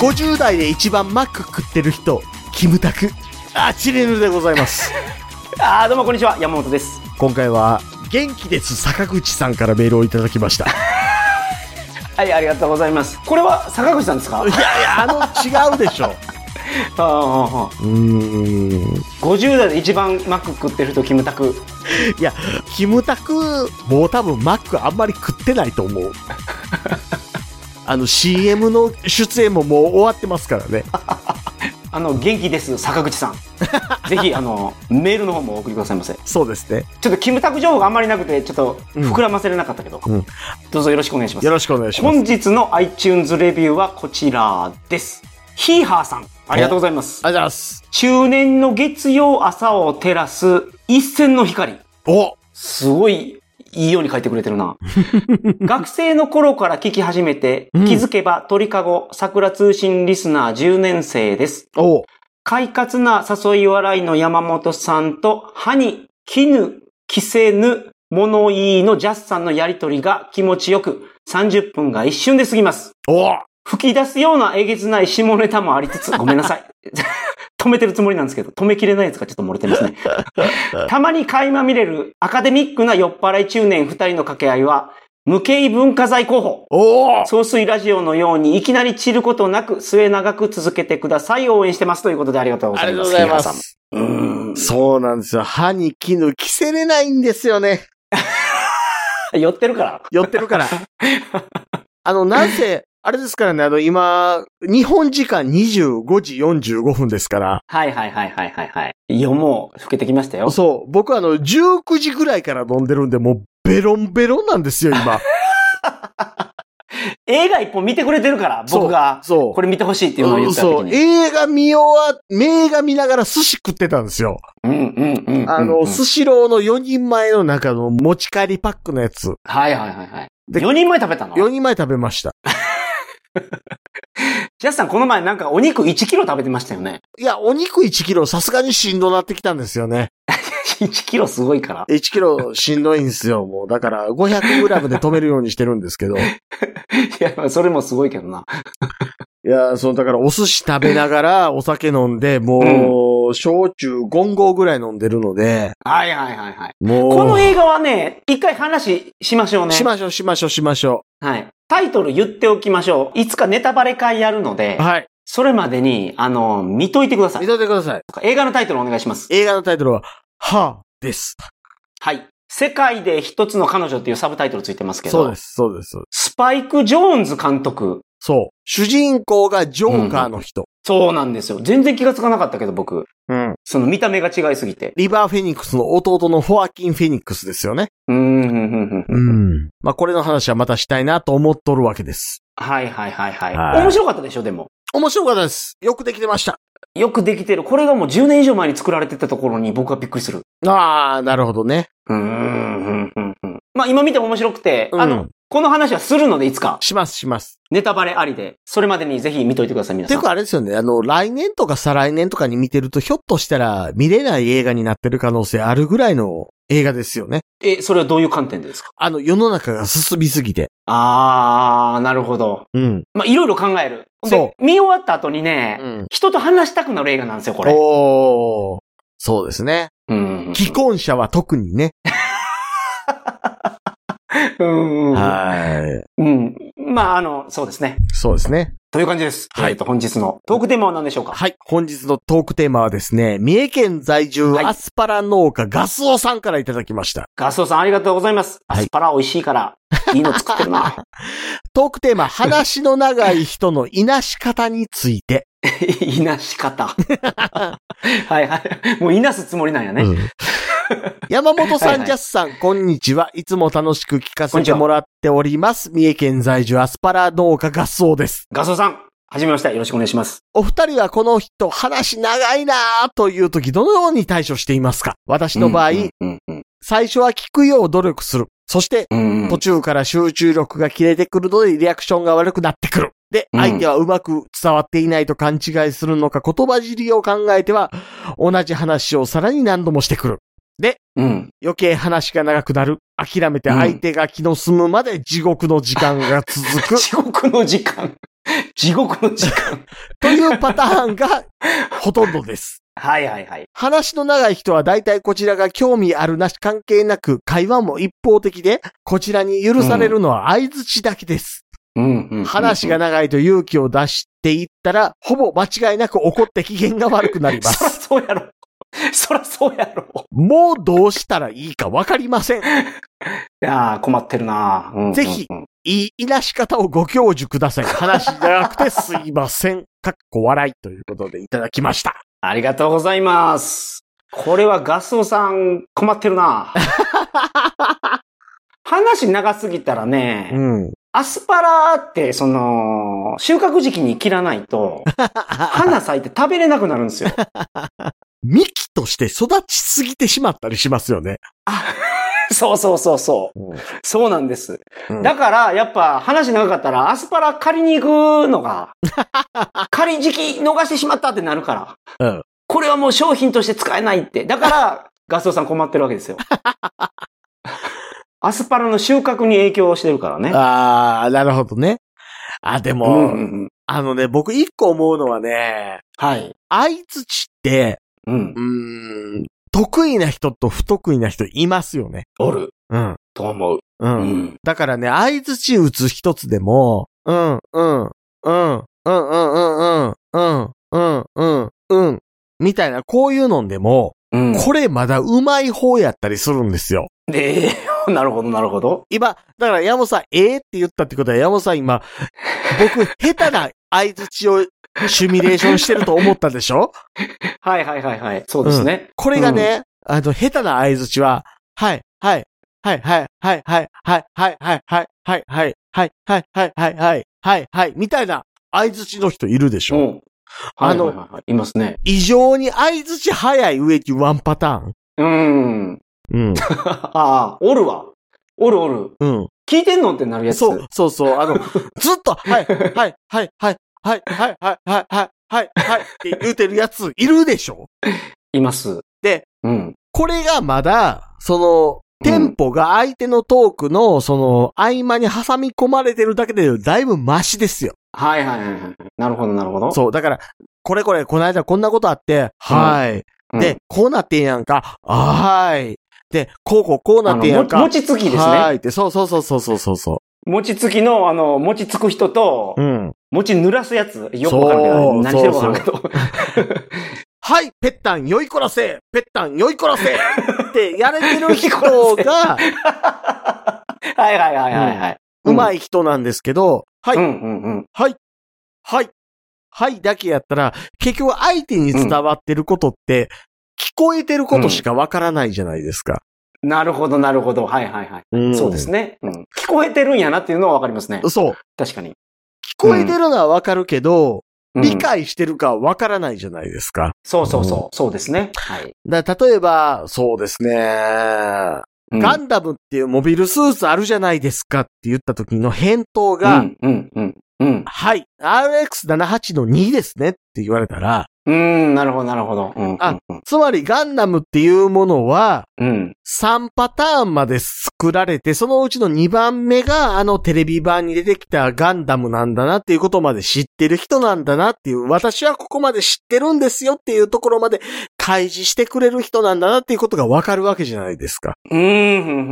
50代で一番マック食ってる人、キムタク、あちれるでございます。ああ、どうもこんにちは、山本です。今回は、元気です坂口さんからメールをいただきました。いはい、ありがとうございます。これは坂口さんですか あやいや、あの、違うでしょ。あうーん。 50代で一番マック食ってる人、キムタク。いや、キムタク、もう多分マックあんまり食ってないと思う。あの、CM の出演ももう終わってますからね。あの、元気です、坂口 さん。ぜひ、あの、メールの方もお送りくださいませ。ちそうですね。ょっとキムタク情報があんまりなくて、ちょっとうん膨らませれなかったけど、うんどうぞよろしくお願いしますよ。ろしくお願いします。本日の iTunes レビューはこちらです。ヒーハーさん、ありがとうございます。ありがとうございます。中年の月曜朝を照らす一線の光。おすごい、いいように書いてくれてる な。学生の頃から聞き始めて、うん気づけば鳥かご桜通信リスナー10年生です。お快活な誘い笑いの山本さんと、歯に、絹、着せぬ、物言いのジャスさんのやりとりが気持ちよく、30分が一瞬で過ぎます。お吹き出すようなえげつない下ネタもありつ つ、ごめんなさい。止めてるつもりなんですけど、止めきれないやつがちょっと漏れてます ね。たまに垣間見れるアカデミックな酔っ払い中年二人の掛け合いは、無形文化財候補。おお総水ラジオのようにいきなり散ることなく末長く続けてください。応援してます。ということでありがとうございます。ヒーハーさん。うーんそうなんですよ。歯に絹着せれないんですよね。酔ってるから。寄ってる から。あの、なんせ、あれですからね、あの、今、日本時間25時45分ですから、はいはいはいはいはいはい。夜もう、老けてきましたよ。そう、僕あの、19時ぐらいから飲んでるんで、もう、ベロンベロンなんですよ、 今。映画一本見てくれてるから、僕が。そう。これ見てほしいっていうのをう言んった時に。そう、映画見終わ、映画見ながら寿司食ってたんですよ。うんうんうんうんうん。あの、スシローの4人前の中の持ち帰りパックのやつ。はいはいはいはい。で4人前食べたの4人前食べました。ジャスさんこの前なんかお肉1キロ食べてましたよね。 いや、お肉1キロさすがにしんどなってきたんですよね。 1キロすごいから。 1キロしんどいんですよ、もう。だから、500グラムで止めるようにしてるんです けど。いいや、それもすごいけどな。や、その、だから、お寿司食べながら、お酒飲んで、もう、焼酎5合ぐらい飲んでるので、はいはいはいはい。もう、この映画はね、一回話しましょうね。しましょう、しましょう、しましょはい。タイトル言っておきましょう。いつかネタバレ会やるので、う。はい。それまでに、あの、見といてくださ見い。といてください。映画のタイトルお願いします。映画のタイトルは、はぁ、です。はい。世界で一つの彼女っていうサブタイトルついてますけど、そうです、そうです。そうですスパイク・ジョーンズ監督。そう。主人公がジョーカーの人。そうなんですよ。全然気がつかなかったけど、僕。うん。その見た目が違いすぎて。リバー・フェニックスの弟のフォアキン・フェニックスですよね。うーん、うん、うん、うん。ん。まあ、これの話はまたしたいなと思っとるわけです。はいはいはいはい。はい面白かったでしょ、でも。面白かったです。よくできてました。よくできてる。これがもう10年以上前に作られてたところに僕はびっくりする。ああ、なるほどね。うーん、うん、うんうん。まあ今見ても面白くて、うんあの、この話はするのでいつか、します、します。ネタバレありで、それまでにぜひ見といてください、皆てさ。いうんかあれですよね、あの、来年とか再来年とかに見てると、ひょっとしたら見れない映画になってる可能性あるぐらいの映画ですよね。え、それはどういう観点でですかあの、世の中が進みすぎて。あー、なるほど。うん。まあいろいろ考える。そで、見終わった後にね、うん。人と話したくなる映画なんですよ、これ。おー。そうですね。うん。既婚者は特にね。うん。はい。うん。まあ、あの、そうですね。そうですね。という感じです。はいえっと、本日のトークテーマは何でしょうかはい。本日のトークテーマはですね、三重県在住はいアスパラ農家ガスオさんからいただきました。ガスオさんありがとうございます。はアいスパラ美味しいから、いいの作ってるな。 トークテーマ、話の長い人のいなし方について。いなし 方。はいはい。もういなすつもりなんやね。うん 山本さん、はいはいジャスさん、こんにちは。いつも楽しく聞かせてもらっております。三重県在住アスパラ農家合奏です。ガスオさん、はじめまして。よろしくお願いします。お二人はこの人、話長いなぁという時、どのように対処していますか私の場合、うんうんうん最初は聞くよう努力する。そして、うんうん途中から集中力が切れてくるので、リアクションが悪くなってくる。で、うん相手はうまく伝わっていないと勘違いするのか、言葉尻を考えては、同じ話をさらに何度もしてくる。うん。余計話が長くなる。 諦めて相手が気の済むまで地獄の時間が続く。地獄の時間。 地獄の時間。というパターンがほとんどです。はいはいはい。話の長い人は大体こちらが興味あるなし関係なく会話も一方的で、こちらに許されるのは相槌だけです。うん、うん。話が長いと勇気を出していったら、ほぼ間違いなく怒って機嫌が悪くなりまそら す。そうやろ。そらそうやろ。もうどうしたらいいかわかりません。いやー、困ってるなうんぜひうんうんいいなし方をご教授ください。話長くてすいません。かっこ笑いということでいただきました。ありがとうございます。これはガスオさん、困って るな話長すぎたらね、うん。アスパラって、その、収穫時期に切らな いと、花咲いて食べれなくなるんですよ。幹として育ちすぎてしまったりしますよね。そうそうそうそう。そうなんです。うんだから、やっぱ話長かったら、アスパラ借りに行くのが、 借り時期逃してしまったってなるかうら、んこれはもう商品として使えないって。だ から、ガストさん困ってるわけですよ。 アスパラの収穫に影響してるからね。ああ、なるほどね。あ、でうも、んうんうん、あのね、僕一個思うのはね、はい。相槌って、うんう。ーん、得意な人と不得意な人いますよね。おる。うん。と思う。う。うんん。だからね、相槌打つ一つでも、うん、うん、うん、うん、うん、うん、うん、うん、うん、うん、みたいな、こういうのんでも、うん。これまだ上手い方やったりするんですよ。で、 なるほど、なるほど。今、だから山本さん、ええって言ったってことは、山本さん今、僕、下手な相づちをシミュレーションしてると思ったでしょはいはいはいはい。そうですね。これがね、あの、下手な相づちは、はい、はい、はい、はい、はい、はい、はい、はい、はい、はい、はい、はい、はい、はい、はい、はい、はい、はい、はい、みたいな相づちの人いるでしうん。うょん。はいはいはいはい。いますね。異常に相づち早い植木ワンパターン。うん。うん。ああ、おるわ。おるおる。 うん。聞いてんのってなるやつ。そう、そうそう。 あの、ずっと、はい、はい、はい、はい、はい、はい、はい、はい、はい、はい、はい、って言うてるやついるでしょいます。で、うん。これがまだ、その、テンポが相手のトークの、その、合間に挟み込まれてるだけで、だいぶマシですよ。はいはいはいはい。なるほど、なるほど。そう、だから、これこれ、この間こんなことあって、はい。うんで、、こうなってんやんか、あーはい。で、こうこうこうあなっの、てんやんもか。餅つきですはーね。いって、そうそうそうそうそうそうそ餅つきの、あの、餅つく人とう。、うん。餅濡らすやつ。よくわからんけそうど、何してるかわからんけど。はい、ペッタン、酔いこらせペッタン、酔いこらせってやれてる 人が、 はいはいはいはいはい。うまい。い人なんですけど、はい、うんうんうん。はい、はい、はいだけやったら、結局相手に伝わってることって、聞こえてることしかわからないじゃないですか。なるほど、なるほど。はいはいはい。そうですね。ね、うん。聞こえてるんやなっていうのはわかりますね。そう。聞確かに。こえてるのはわかるけど、うん理解してるかはわからないじゃないですか。そうそうそう。そうですね。はい。だから例えば、そうですね。うんガンダムっていうモビルスーツあるじゃないですかって言った時の返答が、うん、うん、うん。うん。はい。RX78 の2ですねって言われたら、うん、なるほど、なるほど。うん、あうんつまりガンダムっていうものは、うん。 3パターンまで作られて、そのうちの2番目があのテレビ版に出てきたガンダムなんだなっていうことまで知ってる人なんだなっていう、私はここまで知ってるんですよっていうところまで開示してくれる人なんだなっていうことがわかるわけじゃないですか。うん、う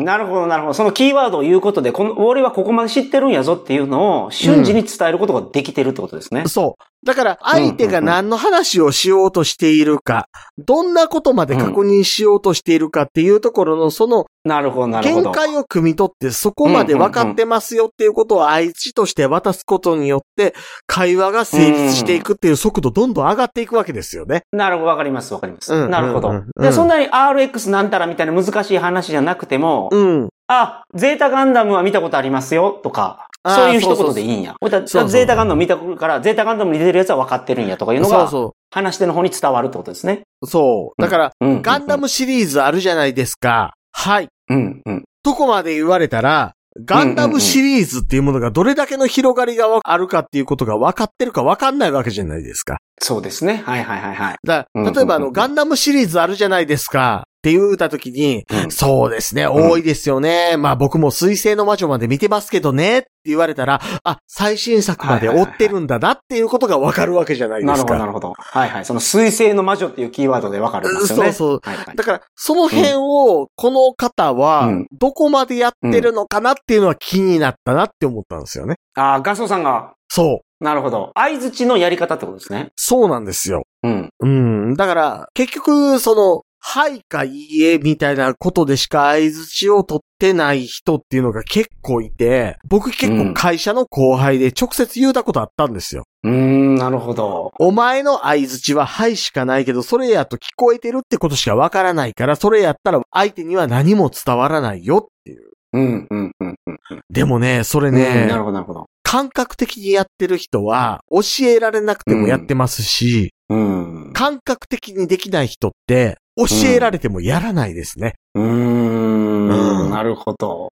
んなるほど、なるほど。そのキーワードを言うことで、この、俺はここまで知ってるんやぞっていうのを瞬時に伝えることができてるってことですね。そう。だから相手が何の話をしようとしているか、どんなことまで確認しようとしているかっていうところのそのなるほど、なるほ見ど。解を汲み取って、そこまで分かってますよっていうことを相槌として渡すことによって、会話が成立していくっていう速度どんどん上がっていくわけですよね。なるほど、わかります、わかります。うんなるほど、うんうんで。そんなに RX なんたらみたいな難しい話じゃなくても、うん。あ、ゼータガンダムは見たことありますよ、とか、あーそういう一言でいいんや。ほいたらそうそうゼータガンダム見たから、ゼータガンダムに出てるやつは分かってるんや、とかいうのそうが、そ話し手の方に伝わるってことですね。う。そう。だから、うん。ガンダムシリーズあるじゃないですか。はい。うん、うん。とこまで言われたら、ガンダムシリーズっていうものがどれだけの広がりがあるかっていうことが分かってるか分かんないわけじゃないですか。そうですね。はいはいはいはい。だかうんうんうら例んえばあの、ガンダムシリーズあるじゃないですか。って言うた時に、うんそうですね、うん多いですよね。まあ僕も水星の魔女まで見てますけどねって言われたら、あ、最新作まで追ってるんだなっていうことがわかるわけじゃないでなるすほど、かな。るほど。はいはい。その、水星の魔女っていうキーワードでわかるんですよね。そうはいはい。だから、その辺を、この方はうん、どこまでやってるのかなっていうのは気になったなって思ったんですよね。ああ、ガソさんが、そう。なるほど。相づちのやり方ってことですね。そうなんですよ。うん。うん。だから、結局、その、はいかいいえみたいなことでしか相づちを取ってない人っていうのが結構いて、僕結構会社の後輩で直接言うたことあったんですよ。うーん、なるほど。お前の相づちははいしかないけど、それやと聞こえてるってことしかわからないから、それやったら相手には何も伝わらないよっていう。うん、うん、うん、うん。でもね、それうねん、なるほど、なるほど。感覚的にやってる人は教えられなくてもやってますし、うん。感覚的にできない人って、教えられてもやらないですね。うーんうんなるほど。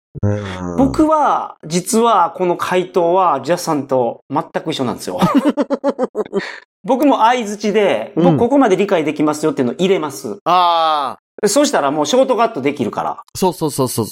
僕、僕は、実は、この回答は、ジャスさんと全く一緒なんです よ。僕も相づちで、うん僕ここまで理解できますよっていうのを入れます。ああ、そうしたらもうショートカットできるから。そうそうそうそう。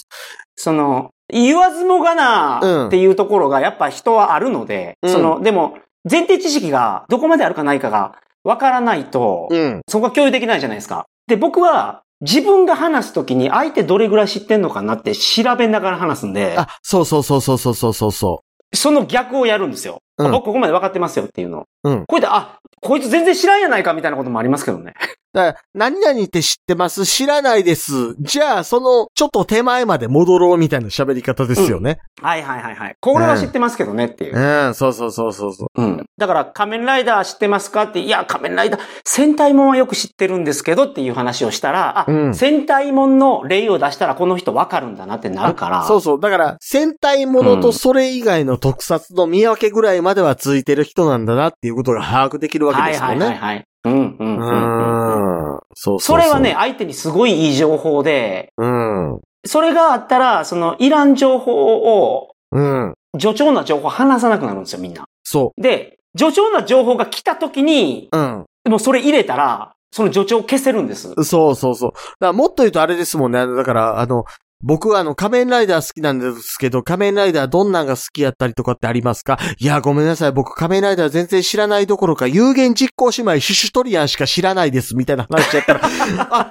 その、言わずもがうんなっていうところがやっぱ人はあるので、うんその、でも、前提知識がどこまであるかないかがわからないと、うん。そこが共有できないじゃないですか。で、僕は、自分が話すときに相手どれぐらい知ってんのかなって調べながら話すんで、あ、そうそうそうそうそうそうそうそその逆をやるんですよ。うん僕ここまで分かってますよっていうの。うんこうやって、あ、こいつ全然知らんやないかみたいなこともありますけどね。う。だから、何々って知ってます知らないです。じゃあ、その、ちょっと手前まで戻ろうみたいな喋り方ですよね。はいはいはいはい。これは知ってますけどねっていうう。ん、そうそうそうそうそう。うん。だから、仮面ライダー知ってますかって、いや、仮面ライダー、戦隊もんはよく知ってるんですけどっていう話をしたら、あ、うん戦隊もんの例を出したらこの人分かるんだなってなるから。そうそう。だから、戦隊ものとそれ以外の特撮の見分けぐらいまではついてる人なんだなっていうことが把握できるわけはでいすよはいはいね。はい。うんうんううんうん。ん。そうそううそれはね、、相手にすごいいい情報で、うん。うそれがあったら、その、いらん情報をん。助長な情報を話さなくなるんですよ、みんな。そで、助長な情報が来た時に、う。うん。もうそれ入れたら、その助長を消せるん です。そうそうそう。だからもっと言うとあれですもんね。あのだから、あの、僕はあの、仮面ライダー好きなんですけど、仮面ライダーどんなんが好きやったりとかってありますかいや、ごめんなさい。僕仮面ライダー全然知らないどころか、有言実行姉妹シュシュトリアンしか知らないです、みたいな話しちゃったら、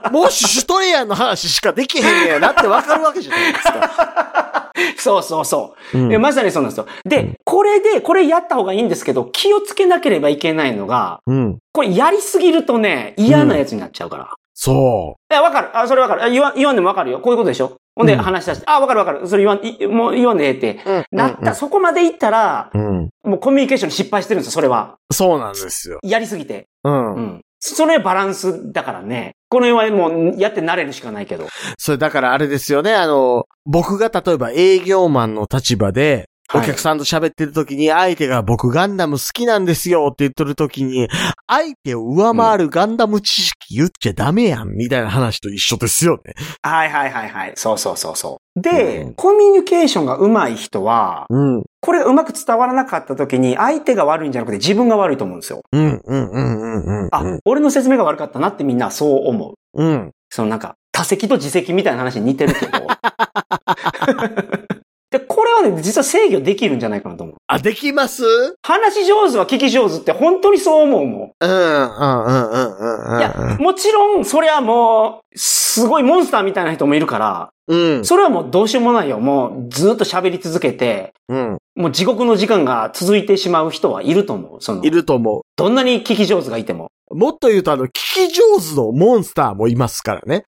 あ、もうシュシュトリアンの話しかできへんねやなってわかるわけじゃないですか。そうそうそうう。えん。まさにそうなんですよ。うで、これで、これやった方がいいんですけど、気をつけなければいけないのが、うん。これやりすぎるとね、嫌なやつになっちゃうから。そいや、わかる。あ、それわかる。あ言わ言わんでもわかるよ。こういうことでしょほんでうん話し出して、あ、わかるわかる。それ言わん、いもう言わんでええって。う。うん。なった、そこまで行ったら、うん。うん。もうコミュニケーション失敗してるんですよ、それは。そうなんですよ。やりすぎて。うん。うん。それバランスだからね。この辺はもうやって慣れるしかないけど。それだからあれですよね。あの、僕が例えば営業マンの立場で、お客さんと喋ってる時に相手が僕ガンダム好きなんですよって言っとる時に、相手を上回るガンダム知識言っちゃダメやんみたいな話と一緒ですよね。はいはいはいはい。そうそうそうそう。うでん、コミュニケーションが上手い人は、うん。これがうまく伝わらなかった時に、相手が悪いんじゃなくて自分が悪いと思うんですよ。うん、うん、うん、うん、うん。あ、俺の説明が悪かったなってみんなそう思うう。ん。そのなんか、多席と自席みたいな話に似てるけど。 で、これはね、実は制御できるんじゃないかなと思う。あ、できます話し上手は聞き上手って本当にそう思うもん。うん、うん、うん、うん、うん。いや、もちろん、それはもう、すごいモンスターみたいな人もいるから、うん、それはもうどうしようもないよ。もうずっと喋り続けて、うん。もう地獄の時間が続いてしまう人はいると思う。そのい、ると思どんなに聞き上手がいても。う。もっと言うとあの、聞き上手のモンスターもいますからね。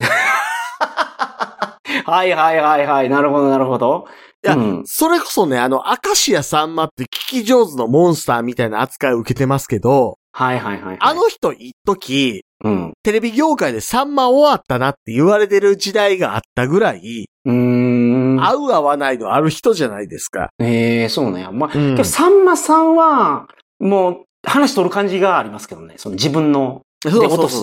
はいはいはいはい。なるほどなるほど。いやうん、それこそね、あの、アカシアさんまって聞き上手のモンスターみたいな扱いを受けてますけど、はいはいはいはい。あ、の人一時、うん。テレビ業界でサンマ終わったなって言われてる時代があったぐらい、うーん。合う合わないのある人じゃないですか。ええそうね。まあ、うんけどさんまさんは、もう、話取る感じがありますけどね。その自分の、そで落とす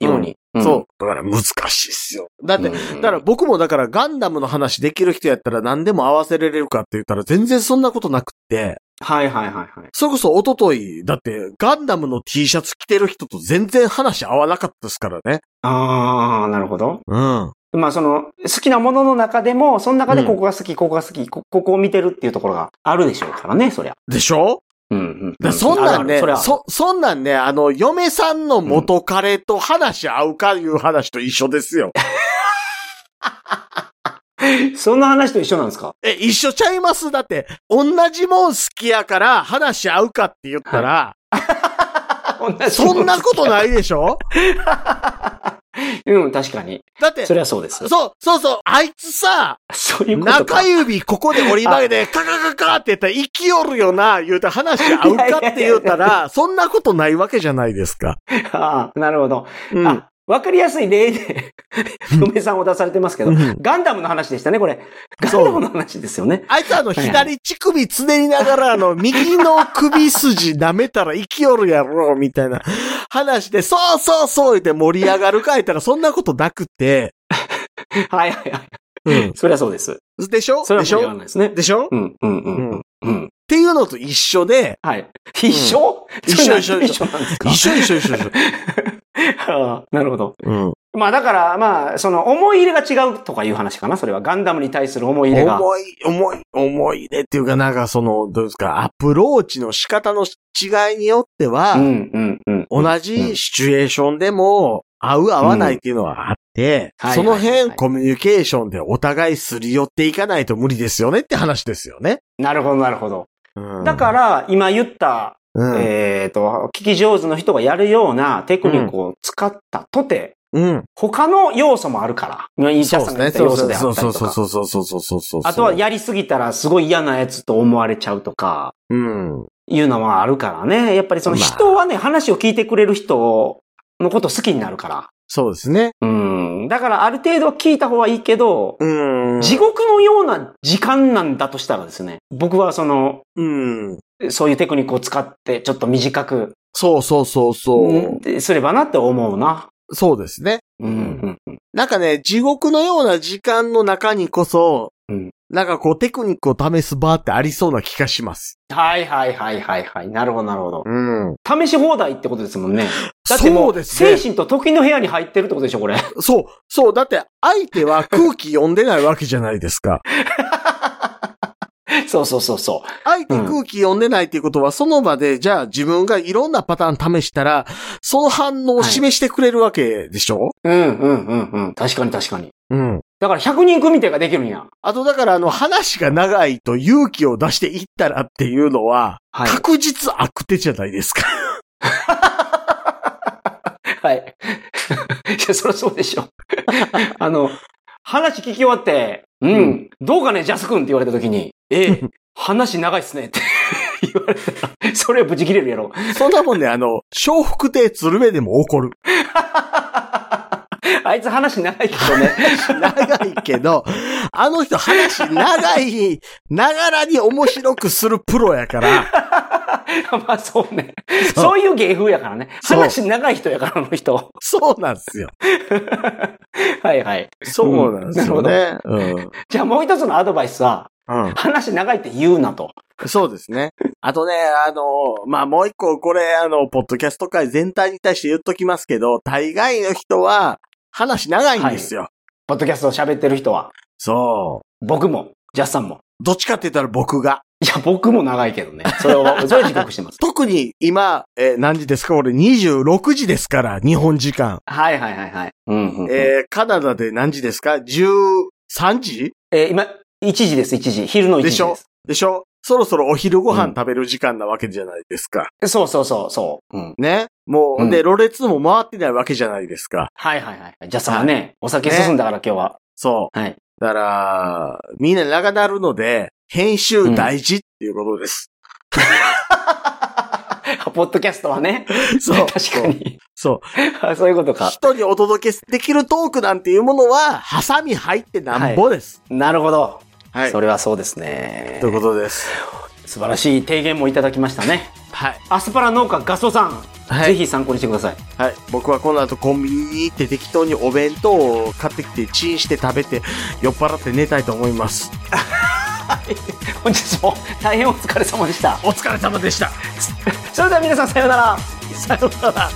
ように。んそう。。だから難しいっすよ。だって、うんだから、僕もだからガンダムの話できる人やったら何でも合わせられるかって言ったら全然そんなことなくって、はいはいはいはい。それこそ一昨日だってガンダムの T シャツ着てる人と全然話合わなかったですからね。あー、なるほど。うん。まあその、好きなものの中でも、その中でここが好き、ここが好き、こここを見てるっていうところがあるでしょうからね、そりゃ。でしょうんうんうだん。そんなんあるあるねそれ、は。そ、そんなんね、あの、嫁さんの元彼と話合うかいう話と一緒ですよ。そんな話と一緒なんですか。え、一緒ちゃいますだって、同じもん好きやから話合うかって言ったら、 そんなことないいでしょ うん、確かに。だって、 そそう、りゃそうです。そうそう、あいつさ、そういうことか中。指ここで折り曲げて、カカカカって言ったら、生きよるよな、言うて話合うかって言ったいやいやいら、そんなことないわけじゃないですか。 ああなるほど。うん。あ、わかりやすい例で、 梅さんを出されてますけど、うんガンダムの話でしたね、これ。ガンそうダムの話ですよね。 あいつあの、はいはい左乳首つねりながら、あの、右の首筋舐めたら生きよるやろ、みたいな話で、そうそうそう言って盛り上がるか言ったら、そんなことなくて、はいはいはい。うん。そりゃそうです。でしょそれはでし盛り上がらょないですね。でしょっうん、うん、うんうん。うん。ていうのと一緒で、はい。一緒一緒それなん一緒一緒なんですか一緒一緒一緒 一緒。ああなるほど。うん。まあだから、まあ、その思い入れが違うとかいう話かな、それは。ガンダムに対する思い入れが。重い、重い、重いねっていうか、なんかその、どうですか、アプローチの仕方の違いによっては、うん、うん、うん。同じシチュエーションでも、合う合わないっていうのはあって、うんはいそのはいはい辺はいコミュニケーションでお互いすり寄っていかないと無理ですよねって話ですよね。なるほど、なるほど。うんだから、今言った、うん、えっと、聞き上手の人がやるようなテクニックを使ったとて、うん。他の要素もあるから。イーチャそうーさんでが言っすたね。要素であそっうたそりうとそうか。そうそうそうそうそうそう。あとは、やりすぎたらすごい嫌なやつと思われちゃうとか、うん。いうのはあるからね。やっぱりそのまあ人はね、話を聞いてくれる人のこと好きになるから。そうですね。うん。だからある程度は聞いた方がいいけど、うん。地獄のような時間なんだとしたらですね、僕はその、うん。そういうテクニックを使って、ちょっと短く、そうそうそうそう。うんすればなって思うな。そうですね。うん。うんなんかね、地獄のような時間の中にこそ、うんなんかこうテクニックを試す場ってありそうな気がします。はいはいはいはいはい。なるほどなるほど。うん。試し放題ってことですも んね。だっても、そううです精ね。神と時の部屋に入ってるってことでしょ、これ。そう、そう、だって相手は空気読んでないわけじゃないですか。 そうそうそうそ相手空気読んでないっていうことは、その場で、じゃあ自分がいろんなパターン試したら、その反応を示してくれるわけでしょ、う。うんうんうんうん。確かに確かに。うん。だから100人組手ができるんや。あとだから、あの、話が長いと勇気を出していったらっていうのは、は確実悪手じゃないですか。はい。 いや、そりゃそうでしょ。 あの、話聞き終わって、うん、うんどうかね、ジャス君って言われた時に、ええ、話長いっすねって 言われたら、それはブチ切れるや ろ。そんなもんね、あの、笑福亭鶴瓶でも起こる。あいつ話長いけどね。長いけど、あの人話長い、ながらに面白くするプロやから、 まあそうね。そうそういう芸風やからね。そう話長い人やから、あの人。 そうなんですよ。はいはい。そうなんですよね。うん。じゃあもう一つのアドバイスは、うん。話長いって言うなと。そうですね。あとね、あの、まあ、もう一個、これ、あの、ポッドキャスト界全体に対して言っときますけど、大概の人は、話長いんですよ。ポッドキャストを喋ってる人は、そ僕も、ジャスさんも。う。どっちかって言ったら僕が。いや、僕も長いけどね。それは、それは自覚してます。 特に今、えー何時ですか俺26時ですから、日本時間。はいはいはいはい。うんうんうんえーえカナダで何時ですか ?13 時ー今、1時です、1時。昼ので1時でしょす。でしょそろそろお昼ご飯食べる時間なわけじゃないですか。そうそうそう、そう。うん。ねもう、うんで、ロレツも回ってないわけじゃないですか。はいはいはい。ジャスさんはね、お酒進んだから今日は。そう。はい。だから、みんな長なるので、編集大事っていうことです。 ポッドキャストはね。 そう。 確かに。そう。あそういうことそう。か。人にお届けできるトークなんていうものは、ハサミ入ってなんぼです。なるほど。はい。それはそうですねという。ことです。素晴らしい提言もいただきましたね。はい。アスパラ農家ガソさん、はいぜひ参考にしてください。はい。僕はこの後コンビニに行って適当にお弁当を買ってきて、チンして食べて、酔っ払って寝たいと思います。本日も大変お疲れ様でした。 お疲れ様でした。それでは皆さんさようなら。さようなら。